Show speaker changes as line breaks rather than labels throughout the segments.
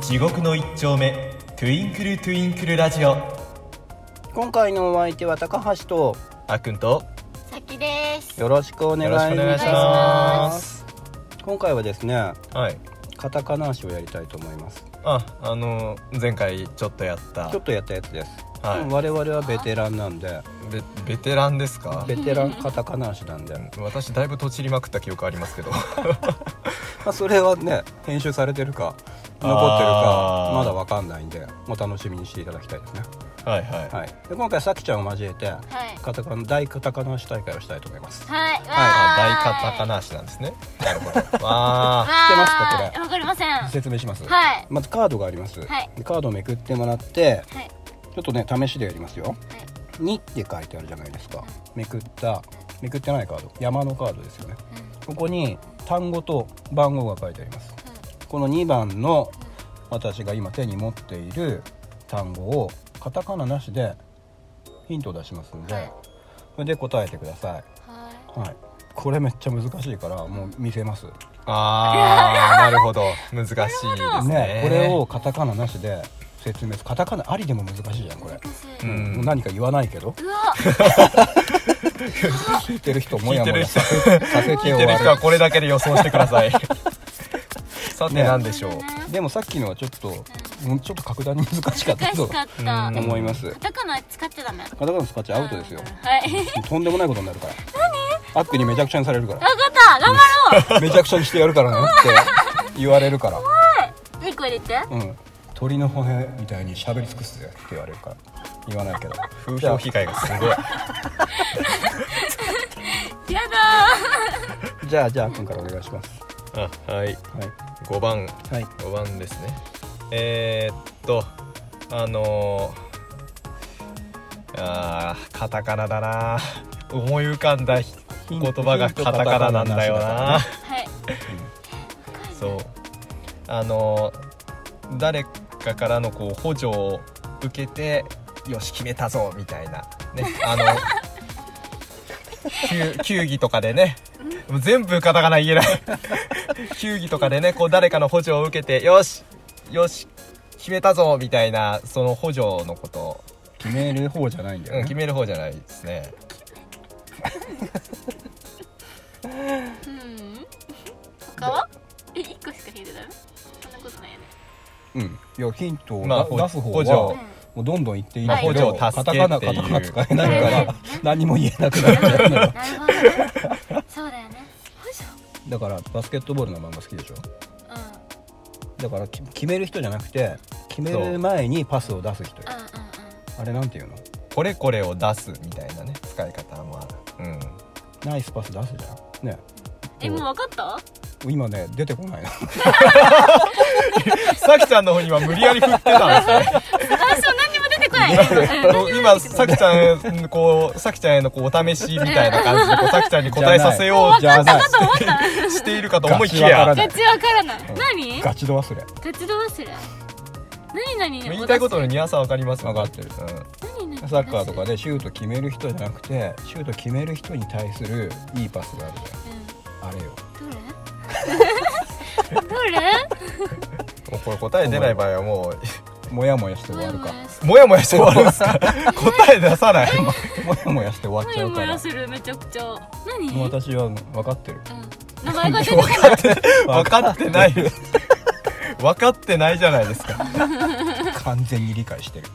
地獄の一丁目トゥインクルトゥインクルラジオ
今回のお相手は高橋と
あっくんと
先です。
よろしくお願い
よ
い
ろ
た
し
し
くお願いしま
ます今回はですね
はい
カタカナ足をやりたいと思います
ああの前回ちょっとやった
ちょっとやったやつです、
はい
でも我々はベテランなんで
ベベテランですか
ベテランカタカナ足なんで、ま
私だいぶとちりまくった記憶あります けど
あ、それはね編集されてるか残ってる
あ
か
ー
まだわかんないんでお楽しみにしていただきたいですね、
はいはい、
はい、で今回さきちゃんを交えて
はい。
カタカナ大カタカナ足大会をしたいと思います
はい。
あ大カタ
か
カナ足なんですねなるほど わあ
知ってますかこれ
わかりません。は
説明します、
はい
まずカードがあります、
はい
でカードをめくってもらって
い。はい。
ちょっとね試しでやりますよ2って書いてあるじゃないですかめくっためくってないカード山のカードですよね
うんうん
ここに単語と番号が書いてありますこの2番の私が今手に持っている単語をカタカナなしでヒントを出しますん
は
で
い
それで答えてください、
はい。
はい、これめっちゃ難しいからもう見せます
あ ーなるほど難しいですね
ねこれをカタカナなしで説明するカタカナありでも難しいじゃんこれ、
難
う
しい。
ん
もう何か言わないけど
うわ。
聞いてる人もやもやさ
聞
せさ
聞
せて
い
終
てる
わ
人はこれだけで予想してください さて
ね
何でしょう、
るでもさっきのはちょっともうちょっと格段に難しかった
難
と
しかった。
うん
カ
思います
タカナ使っちゃダメ。
カタカナのスカッチアウトですよ
はい。わか
とんでもないことになるから何アックにめちゃくちゃにされるか
った。頑張
らめちゃくちゃにしてやるからねって言われるから
ろう。一個入れて。
うん鳥の骨みたいに喋り尽くすぜって言われるから言わないけど
風評被害がす ごい
やだ
じゃあじゃああっくんからお願いします
あはい
は
5番
いはい
5番ですねえー、っとあのー、あーカタカナだな思い浮かんだひ言葉がカタカナなんだよな
ー。はい。
そうあのー誰かからのこう補助を受けてよし決めたぞみたいなねあの 球球技とかでねもう全部カタカナ言えない 球技とかでねこう誰かの補助を受けてよしよし決めたぞみたいなその補助のことを、
決める方じゃないんだ
うん、
よ
決
ね
める方じゃないですね
うん。他は？え、一個しか入れたの？そんなことないよね。
うんいやヒントを
まあ
出出す方
補助
は
うん
もうどんどん言っていい
まあ
け
補
ど、
助
カ
助
タカ
けっ
ナ
て
カタカナ
いう
使えないか
うん
ら何も言えなくなっちゃうのよ
なるほどね。そうだよね。よいし
だからバスケットボールの漫画好きでしょ
ょう
だ
ん。
からき決める人じゃなくて決める前にパスを出す人よ
うんうんうん。
あれなんていうの
これこれを出すみたいなね使い方もある、うん、
ナイスパス出すじゃんね
え、もう分かった
今ね出てこないの
さきちゃんの方には無理やり振ってたんですね
最初何にも出てこ ない。
こう今さきちゃんこうさきちゃんへのこうお試しみたいな感じでこうさきちゃんに答えさせよう
じゃない
としているかと思いき
ガチわか
や
らない
ガチわからない。何ガ
ガチ度忘れ
チ度忘れ。何何
言いたいことのニュアンスは分かります
分かってる
何何
サッカーとかでシュート決める人じゃなくてシュート決める人に対するいいパスがあるじ
う
ゃんあれよ
ん。どれどれ
うん、もうこれ答え出ない場合はも
モヤモヤして終わるか
うモヤモヤして終わるんですか答え出さ ない
モヤモヤして終わ
も
っちゃ
や
う
も
から
やする、めちゃくちゃ。何
もう
うん。
私は分かってる
名前が出てこ
分かって分かってない分かってないじゃないですか
完全に理解してる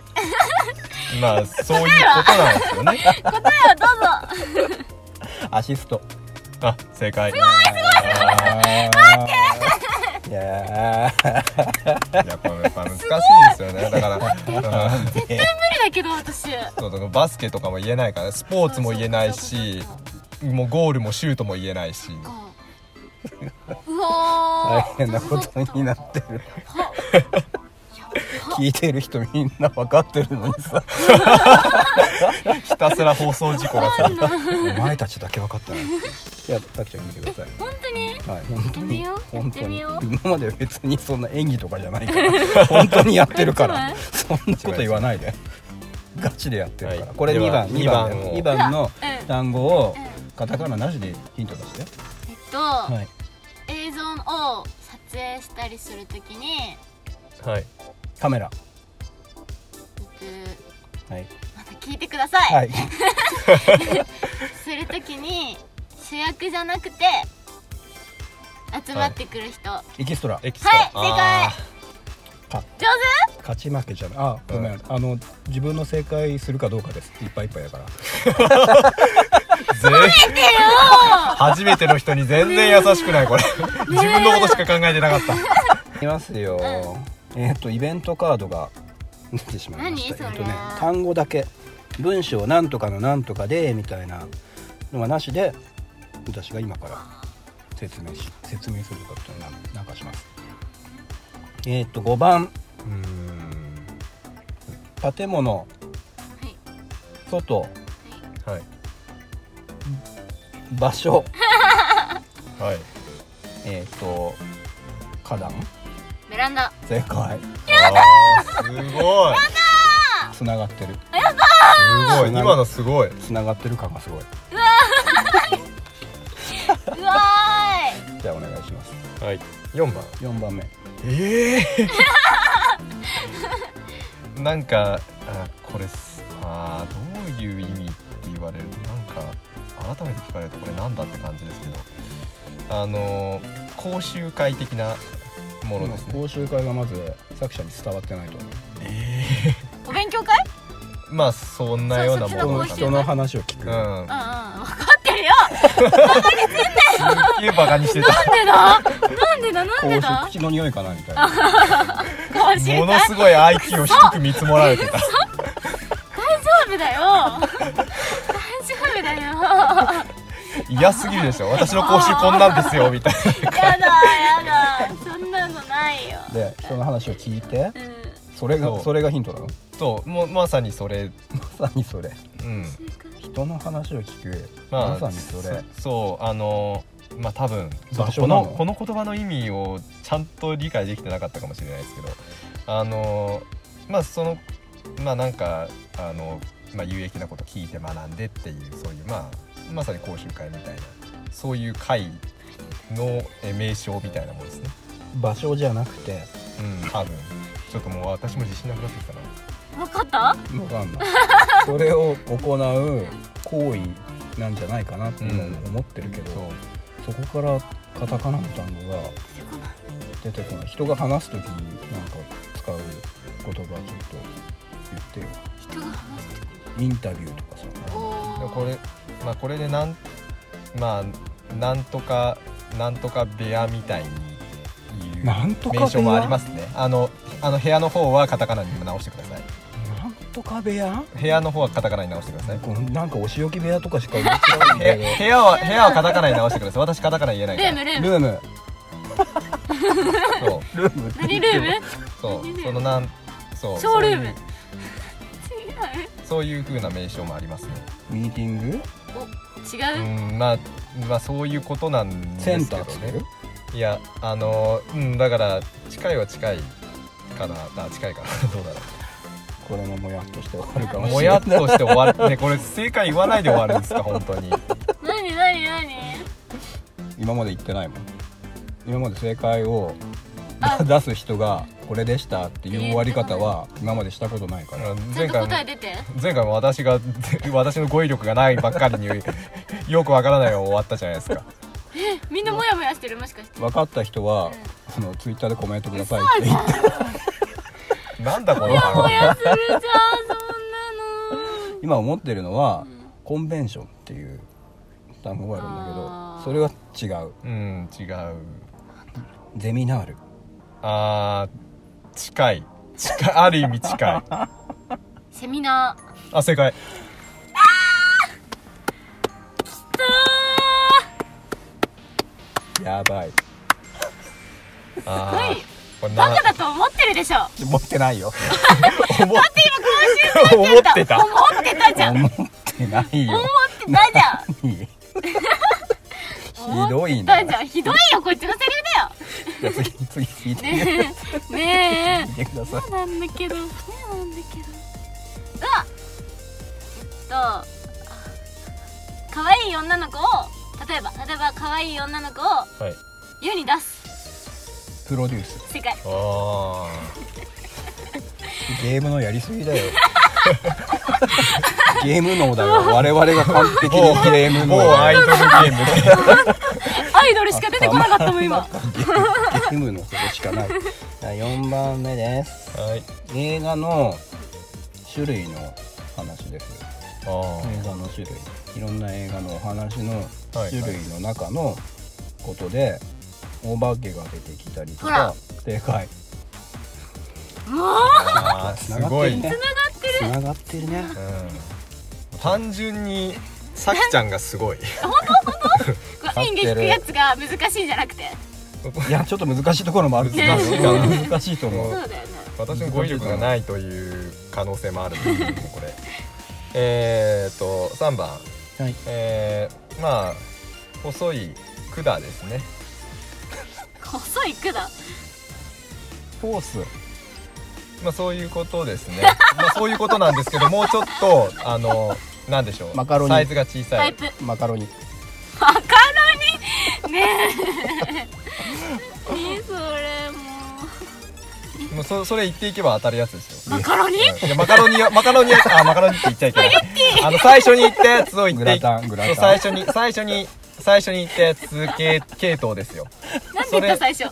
まあそういうことなんですよね
ないどうぞ。
アシスト
あ正解す
いやー
いやこれやっぱ難しいですよね だから、うん
無理だけど、私。
そうだからバスケとかも言えないからスポーツも言えないし
そうそう
もうゴールもシュートも言えないし
うわ
大
ー
変なことになってる
は
聞いてる人みんな分かってるのにさ
ひたすら放送事故がさ
お前たちだけ分かったないやたきちゃん見てください
本当に
はい、本当に
やってみよう
本当に
やって
今まで別にそんな演技とかじゃないから本当にやってるから
本
そんなこと言わないでガチでやってるから、
はい
これ
で
2
は
番2番
二番を
2番の
うん
単語を
うん
カタカナなしでヒント出して、
えっと
はい、
映像を撮影したりするときに
はい
カメラ
僕
はい
また聞いてください、
はい
するときに主役じゃなくて集まってくる人、
エキストラ
エキストラ、
はい正解
あ
上
勝ち負けじゃないあごめん、
う
あの自分の正解するかどうかですいっぱいいっぱいだから
ー全
手よ
初めての人に全然優しくないこれ自分のことしか考えてなかった
いきますよ、えっ、とイベントカードが出てしまいました
何
えっ、と
それ
ね単語だけ文章なんとかのなんとかでみたいなのがなしで私が今から説明し説明することにななんかしますえっ、と5番うーん建物
はい
外
はい
場所
はい
えっと花壇
ベランダ
正解
あーすごい
つながってる
すごい今のすごい
つながってる感がすごいう
わーい
じゃあお願いします
はい4番
4番目
ええなんかあこれすあーどういう意味って言われるとなんか改めて聞かれるとこれなんだって感じですけどあのー講習会的なものですね
講習会がまず作者に伝わってないと
え
お勉強会
ーまあそんなような
そ
もの
この
う
か
そっち
人の話を聞く、
なうん
うんうん分かってるよ
すっげえバカにしてた
なんでだなんでだなんで
口
だ
口の匂いかなみたいな
講 習
も
会
のすごい IQ を低く見積もられ てた
大丈 夫だよ大丈夫だよ
嫌すぎるでしょ私の講習こんなんですよみたいな
やだやだそんなのないよ
で人の話を聞いて
うん
それが
そ
そうれがヒントなの
そうもうまさにそれ
まさにそれ
うん
習会
人の話を聞く、まさにそれ
そそうあのまあ多分
場所
こ
な
の
の
この言葉の意味をちゃんと理解できてなかったかもしれないですけどあのまあそのまあなんかあの、まあ、有益なこと聞いて学んでっていうそういう、まあ、まさに講習会みたいなそういう会のえ名称みたいなものですね。
場所じゃなくて
うん、多分ちょっともう私も自信なくなってきたな。
分かった
わかんないそれを行う行為なんじゃないかなって今思ってるけど、そこからカタカナの単語が出てこない人が話す時になんか使う言葉ちょっと言ってよ
人が話す時に
インタビューとかさ
おー
でもこれまあこれでなんまあなんとかなんとか部屋みたいにいう
なんとか部屋
名称もありますねあのあの部屋の方はカタカナに直してください
なんとか部屋
部屋の方はカタカナに直してください
このなんかお仕置き部屋とかしか思いつかないんだ
え部屋は部屋はカタカナに直してください私カタカナ言えない
ル
か
ー
ら
ムル
そう
けど ルームルームって言っ
ーム何
て
ルー
も
そ
ム
うそのなんそう
ショールーム
そういうそういう風な名称もありますね
ミーティング
違う違う、
うんまあまあそういうことなん
セ
で
ン
すけ
タ
ど
ーつけ
ね
る
いやあのうんだから近いは近いかなあ近いかな どうだろ
これももやっとして終わるか
う
もし
も
れ
や
な
っとして終わるねこれ正解言わないで終わるんですか本 当に
なになになに
い今まで言ってないもん今まで正解を
あ
出す人がこれでしたっていう終わり方は今までしたことないから
ちゃ
前
んと答え
回も
出て
前回も私が 私の語彙力がないばっかりに よくわからないを終わったじゃないですか
みんなモヤモヤしてるもしかして
分かった人はそのツイッターでコメントくださいって言って
なんだこの
モ
話
ヤするじゃんそんなの
今思ってるのはコンベンションっていう単語があ
あー
るんだけどそれは違う
うん違う
ゼミナール
あー近い近い ある意味近い
セミナー
あ正解
やばい
あ
は
ー
い
これな
バカだと思ってるでしょ
持ってな いよ
思って思ってた
思ってたじゃん
思ってないよ
思ってたじゃん
ひ
思
どい
って
な
た
じ
じ
ゃ
ゃんひどいよこっちのセ
あ次次聞いて
リフだよ ねえね
みてください
えそうなんだけどそうなんだけどうわえっとあ可愛い女の子を例えば例えば可愛い女の子を
はい
世に出す
プロデュース
世界
あ
ゲームのやりす ぎだよゲーム脳だよ我々が完璧にゲーム
あ
脳
もうアイドルゲーム
アイドルしか出てこなかったもん今
ゲームのそこしかない4番目です
ではい
映画の種類の話です
あ
映画の種類いろんな映画のお話の
はい
種類の中のことで、お化けが出てきたりと
ほ
からでかい
もう
ああーすごい、う
つ
ん、
ながってるね
単純にさきちゃんがすごい
こう演技弾くやつが難しいんじゃなくて
いやちょっと難しいところもある
難
しい
かな
難しいと思
そう
う
だよね
私の語彙力がないという可能性もあるんですけどもこれえーっと3番
はい
えー、まあ細い管ですね
細い管
フォース
まあそういうことです ねまあそういうことなんですけどもうちょっとあのなんでしょう
マカロニ
サイズが小
タ
さ
イ
い
プ
マカロニ
マカロニね えねえそれも
もうそそれ言っていけば当たるやつです
う
よ
マカロニ
いやマカロニをマカロニをあマカロニって言っちゃいけないあの最初に言ったやつを言って
グラタングラ
そう
タ
最
ン
初に最初に最初に言ったやつ系系統ですよ
なんて言った最初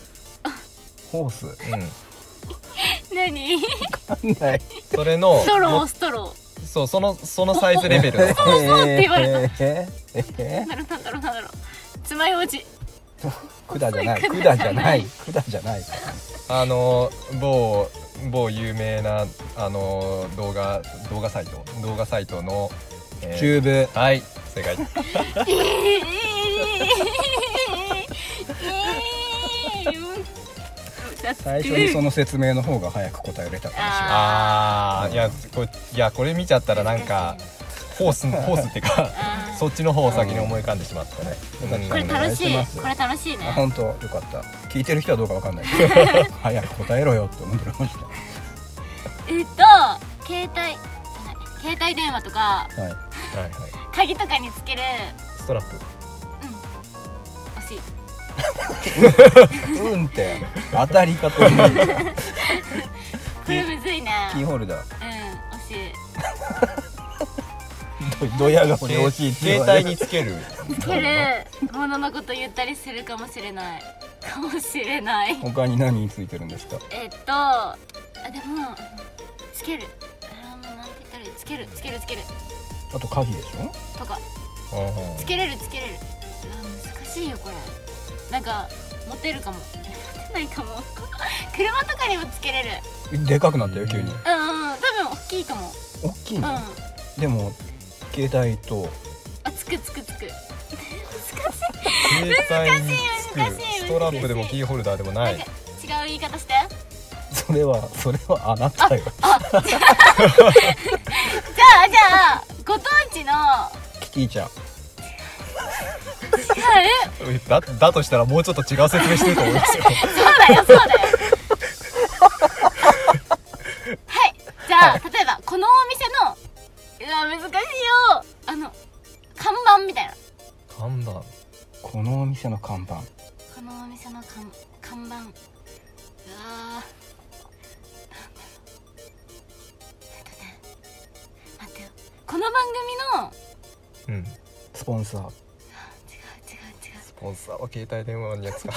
フォース
うん
何
わかんない
それの
ストロ
も
ーストロ
そうそのそのサイズレベル の話
って言われ
えーえーえ
ーなんだろうなんだろうつまようじ
ー 管じゃない
細い
管
管
じ
じ
ゃ
ゃ
な
ないい
管じゃない
あの某某有名なあの動画動画サイト動画サイトの、えー
チューブ
はい正解
えーえーうん
最初にその説明の方が早く答えれたかもしれない
あーいやこいやこれ見ちゃったらなんかホースホースっていうか
あー
そっちの方を先に思い浮かんでしまったね、うん
これ
お
楽し
願い
い
します
これ楽しいね
あ本当よかった聞いてる人はどうかわかん ないけど早く答えろよって思ってまし
えっと携帯携帯電話とか
たはい
はいはい
鍵とかにつける
ストラップ
惜しい
うんって当たり方に
これむずいね
キーホルダ ー
うん惜しい
どどやがこれ惜しいって言わ
携帯
れ
につける
つけるもののこと言ったりするかもしれないかもしれない
他に何についてるんですか
えっとあでもつけるあーもうなんて言ったらいいつけるつけるつける
あと鍵でしょ
とか
うん
つけれるつけれるうわ難しいよこれなんか持てるかも持てないかも 車とかにもつけれる
でかくなったよ急に
うんうん多分大きいかも
大きい
うん
の
あ
でも携帯と
つくつくつく
携帯につく
難しい難し
ス
い
トラップでもキーホルダーでもな
ないんか違う言い方して
それはそれはあなたよ
じゃあじゃあご当地の
キティちゃん
違う
だだとしたらもうちょっと違う説明してると思い ますよ
そうだよそうだよはいじゃあ例えばこのお店のうわ難しいよあの看板みたいな
看板
このお店の看板
このお店の看看板うわーなんだろうえっとね待ってよこの番組
う
の
ん
スポンサー
違う違う違う
スポンサーは携帯電話にやつか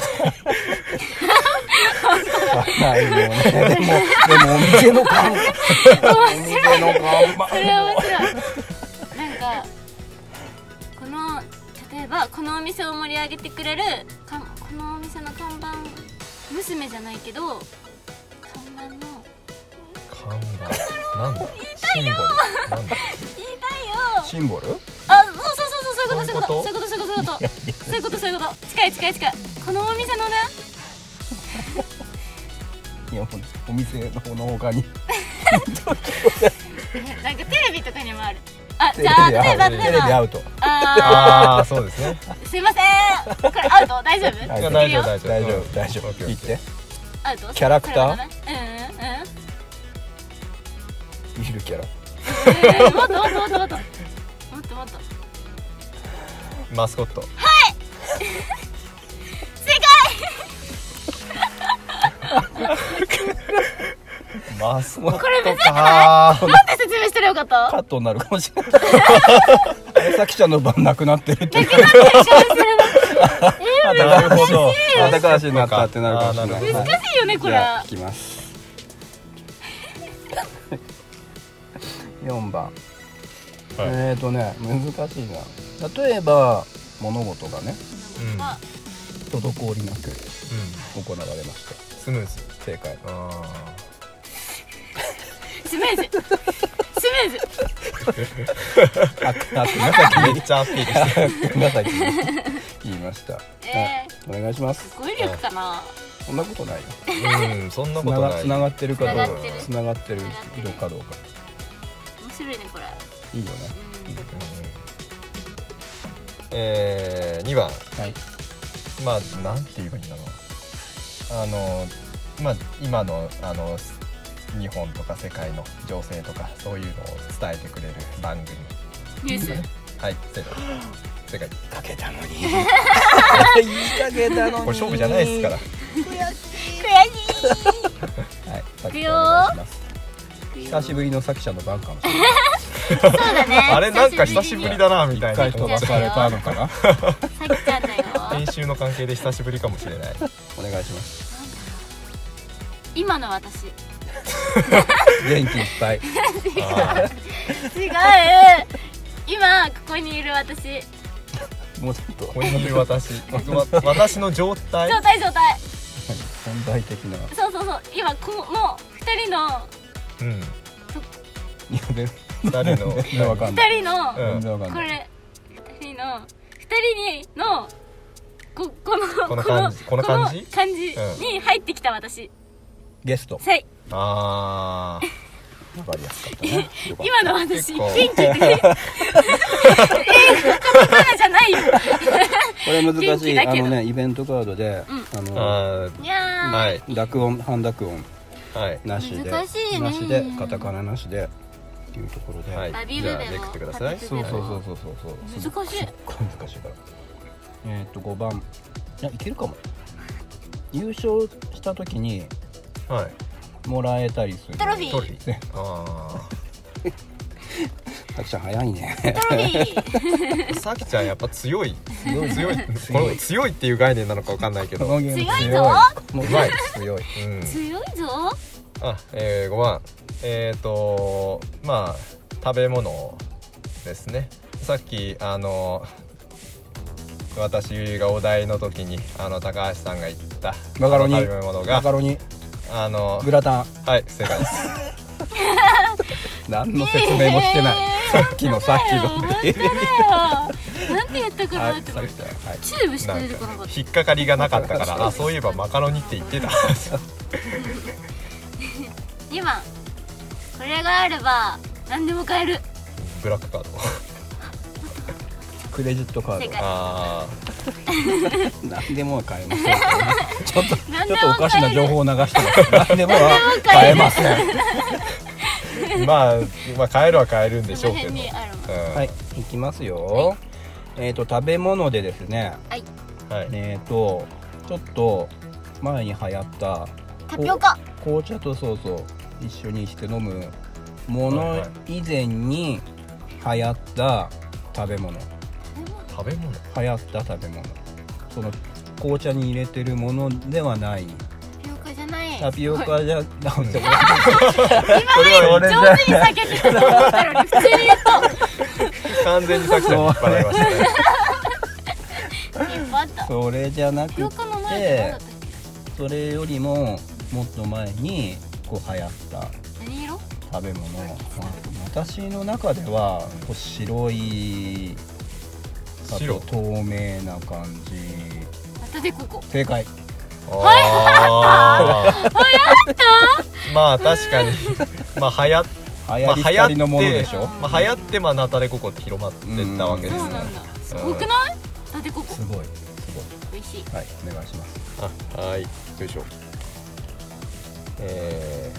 ないよねでもでもお店の看板お店の看
それは面白いなんかこの例えばこのお店を盛り上げてくれるかこのお店の看板娘じゃないけど看板の
看板なんだシンボルなん だ
言いたいよ
シンボル
あそうそうそうそうそういうことそういうこと
いや
そういうことそういうことそういうことそういうこと近い近い近いこのお店のね
いやお店のこの他に
ねなんかテレビとかにもあるあ
テ
じ
レ
ゃあ
ビ
例え
ア
ば
ウト
例
テレ
え
ビア
ば
ウト
あ
ああそうですね
ーすいませんこれアウト大丈
や
はいい
夫で
大
きる
丈夫
よ
大丈夫
大丈
う
夫
ん
大丈夫
オッケーオッ
言っ
ケー
て
アウト
キャラクター
これはダメうんうんうん
いるキャラ
えーもっともっともっともっともっともっと
マスコット
正解
あそうだっ
これ
たか
なんで説明したらよかった
カットになるかもし れないさきちゃんの番なくなってるっていう
なるほど
あ高橋になったってなるかもしれ
あ
な
ー
い
なるほど
はい
難しいよねこ
じ
れ
ゃあ聞きます4番、えーとね難しいな例えば物事がね
うん
あ
滞りな
う
く
ん
行われました
スムーズ
正解
あ
スムーズスムーズ
ああすいません
ーめっちゃアピールしてる
皆さん言いました、
え
はいお願いします
語彙力かな
そんなことないよ
うんそんな
つ
こ
な
と
が
ない
つながってるかどう
繋がっ
か
てる
つながってるかどうか
面白いねこれ
いいよね
う
えー、2番
はい
まあなんて言えばいいんだろうあのまあ今のあの日本とか世界の情勢とかそういうのを伝えてくれる番組
んニュース
はい正解正解
かけたの にいいかけたの
これ
に
勝負じゃないですから
はい、さっ
く
き
よー
久 しぶりのさきちゃんの番かもしれない。
あれなんか久しぶりだなみたい
一
な
回飛ばされたのかな。
さきちゃんだよ
編集の関係で久しぶりかもしれない
お願いします。
今の私違う
元気いっぱい。
あ
今ここにいる私
もうちょっと
ーこういう私わ私の状態
状態状態
本体的な。
そうそうそう今こもう二人の
うん
いや全
誰の
然わか んない。
二人の
うん
全然わかん
こ
ない。
れ二人の二人にのここの
この感じ
この
この感じ
この感じに入ってきた私、
ゲスト。
さい
あー
わかりやすかったね。よかっ
今の
結
私元
構
気って えー、カタカナじゃな いよ
たこれ難し
元気
い。
だ
あ
けど
のねイベントカードで、あ
あ
の
いやー、
はい
濁音半濁音
ーはい
なしで
難しいね
なしでカタカナなしでっていうところで。
はい
あビ
じ
ブで
ゃ
も
あめくってください
立
そ
てて
うそうそううそうそうそう。
難しい
すっごい難しいから。えっ、と五番。いやいけるかも。優勝した時に
はい
もらえたりする。
トロフィー
トロ
トロ
フ
フ
ィーあ
たくちゃん早いね。
ィ ー
ーさきちゃんやっぱ強い
強い
強いこ
強
れ
い。
強いっていう概念なのかわかんないけ
こ
ど
のゲーム
強いぞ
強い。
うまい
強い。
うん
強いぞ
あえー、5番えっ、ー、とまあ食べ物ですねさっきあの私がお題の時にあの高橋さんが言った
マカロニ
あの食べ物
マ
が
カロニ
あの
グラタン。
はい正解です
何の説明もしてない。さっきのさっきの。
本当だよなんて言ったか
は。
ないって
さきちゃん。はい。
チューブしか
な
出
ん
てこなか
か
った
引っかかりがなかったからあそういえばマカロニって言 ってた
2番これがあれば何でも買える
ブラックカード
クレジットカー
正
ド
解。
あー
何でも買えませ ん。ちょっとち
何
ょ
でも
っとおかしな情報を流してます。何でもは
買
買え
える
ません。
まあ、まあ、買えるは買えるんでし
こ
ょう
の
け
辺
ど
にあるも
うん
はい、いきますよ。えっ、と食べ物でですね。
はい
えっ、とちょっと前に流行った
タピオカ
紅茶とそうそう一緒にして飲むも
はい
の
は
以前に流行った食べ物、
食べ物
流行った食べ物。その紅茶に入れてるものではない。
タピオカじゃない
タピオカじゃ、なく て、
こ
上
れ
手に避けてたと思ったのに普通に
完全にさきちゃんに引っ張られましたね
引っ張ったタ
それじゃなく
ピオカの前って何
て
だっ、たっ
それよりももっと前にこう流行った
け何色
食べ物私の中ではこう白いあ
白
と透明な感じ
またでここ
正解
ああまあ確かにまあ流行っ
流
ま
行
あ
り
流
廃
行っ
り
て
のものでしょ、
まあ流行ってまあナタデココって広まってったわけで
そう
す
な
ね
んだすごくないだってここ
すごいす
美味しい
ごいはいお願いします
あはいよいしょえ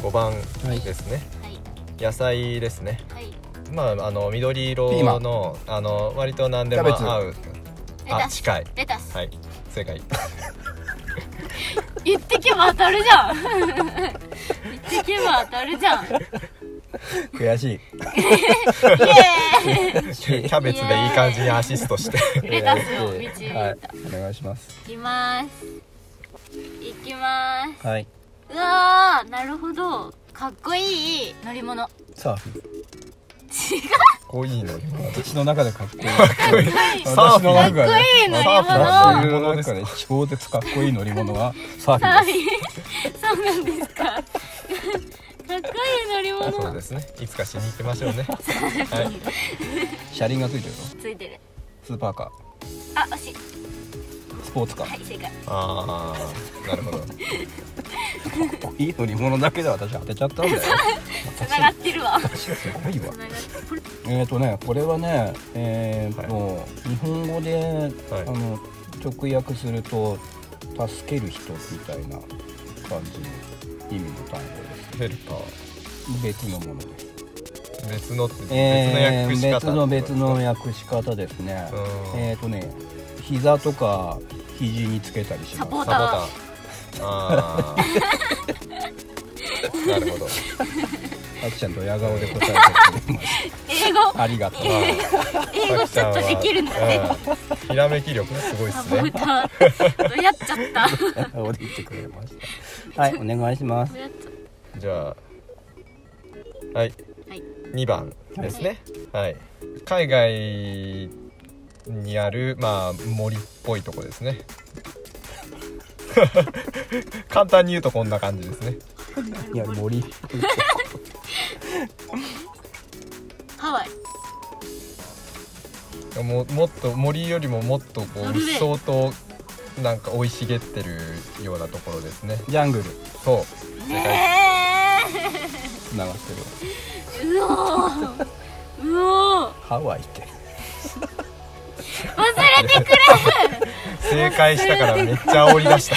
ー、5番ですね、
はい
野菜ですね
はい
まああの緑
ピーマ
色のあの割と何でも
キャベツ
合う
レ
あ
タス
近い
レタス
はい正解
言ってけば当たるじゃん言ってけば当たるじゃんイエ
悔しい
ーイ
キャベツでいい感じにアシストして
レタスを導いた
はいお願いします
いきますいきます
はいう
わーなるほどかっこいい乗り物違
サーフィン
こういいのに
私の中でかっこいい
い
サーフィン
私の
かっ
中
こ
で
いい乗
サーフィ
私
り物
ン
の中で超絶かっこいい乗り物はサーフ
サ
ィ
ー
ン
フ
で
ィンそうなんですかかっこいい乗り
あそう
物
ですねいつかしに行きましょうね
す車輪がついてるよ
ついてる
スーパーカ
あ惜しい
ースポーツカ
は
ー
い正解
ああなるほど
いい乗り物だけで私当てちゃったんだよ
つながってるわ
私すごいわ
つながってこれ
えーとねこれはねえーと、
は
日本語で、
はい
あの直訳すると「助ける人」みたいな感じの意味の単語
ヘ
で
ルパー
す別のものです
別のって別
え
の訳し
ー
方
別の別の訳し方ですね
うん
えっ、とね膝とか肘につけたりしま
サ
す
ポ
サボ
ータ
タン
ー
あ あなるほど
あきちゃんと矢顔で答えて くれまし
英語
たありがとう
英語ちょっとできるんだね
うんひらめき力がすごいで
サ
す
ポ
ね
ーターどうやっちゃったど
矢顔で言ってくれましたはいお願いします
うやっちゃっ
じゃあはい
たはい
2番ですね、はい、海外にある、まあ、森っぽいとこですね 簡単に言うとこんな感じですね
いや森
ハワイ
ももっと森よりももっとこ
ノ
う
ルウェー
相当なんか生い茂ってるようなところですね
ジャングル
そう
ね
つながってるわ
えうおーうおー
ハワイって
忘れてくれ
正解したからめっちゃ煽り出 した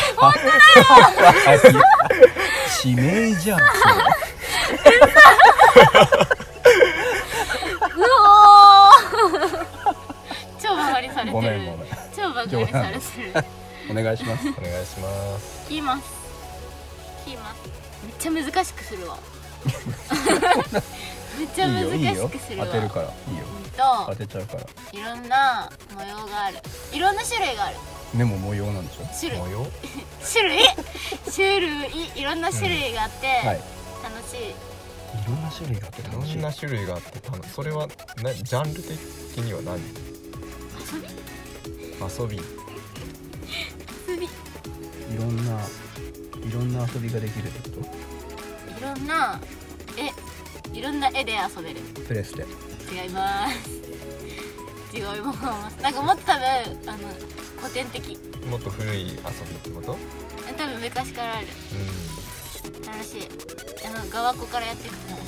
地名じゃん
うおー超バカにされてる
ごめんごめん
超バカにされてる
それお願いします
お願いします
聞きます聞きますめっちゃ難しくする わめっちゃ
いい
難
よいい
し
よ
くするわ
当てるからいいよ
ほ
当
んと
てちゃうから
いろんな模様があるいろんな種類がある
目も模様なんでしょ
種類
模様
種類種類いろんな種類があって、
はいい
楽しい
ろんな種類があって楽
い
し
ろん
い
な種類があって楽しいそれはなジャンル的には何
遊び
遊び
遊びい
いろんないろんな遊びができるってこ
ろんな絵いろんな絵で遊べる
とプレステ
違います違います なんかもっと多分あの古典的
もっと古い遊びってこと
多分昔からある
う
楽しいあの側っこからやっていくと楽しい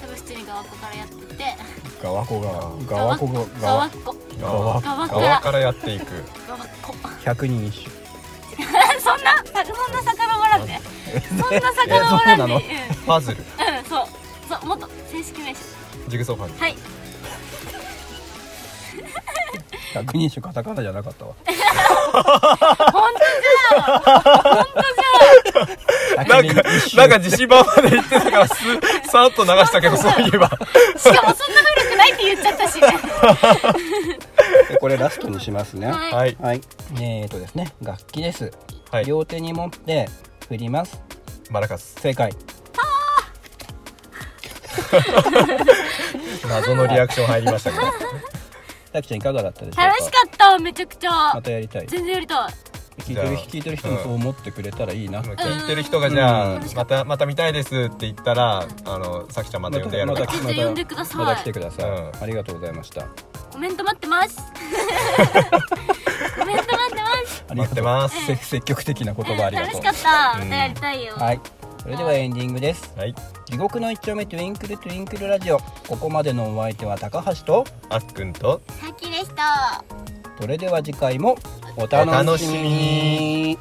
多分普通に側っこからやってって
ガワコがガ
側
ワ
っ
コがガ
側
ワ
っこ
ん
側
側から
側からやっていく
側っこ
100人一首
そんなさそんな魚もらんでそんな魚も
えそうな
らんで
の
パズル
うん、うん、そうそうもっと正式名称
ジグソーパズル
はい
100人一首カタカナじゃなか ったわ
本当じゃん
な
100
ん
人
か
一
なん
首
か自信満々で言ってた からすさーっと流したけどそういえば
しかもそんな古くないって言っちゃったしね
でこれラストにします ね
はい、
はい
はいえーとですね楽器です
はい
両手に持って振ります
マラカス
正解
謎のリアクション入りましたけ ど
たきちゃんいかがだったでしょうか
楽しかっためちゃくちゃ
またやりたい
全然やりたい
聞いてる聞いてる人もそう思ってくれたらいいな、
もう聞いてる人がじゃ
う
あ
ん
またまた見たいですって言ったらあのさきちゃんまた呼んでやるから
また全然呼んでください
また来てください、
うん
ありがとうございました
コメント待って ますコメント待ってます
ありがとう
待ってます
せ積極的な言葉ありがとう
楽しかった
うん
またやりたいよ、
はいそれではエンディングです
はい
地獄の一丁目トゥインクルトゥインクルラジオここまでのお相手は高橋と
あっくんと
さっきでした
それでは次回もお楽しみに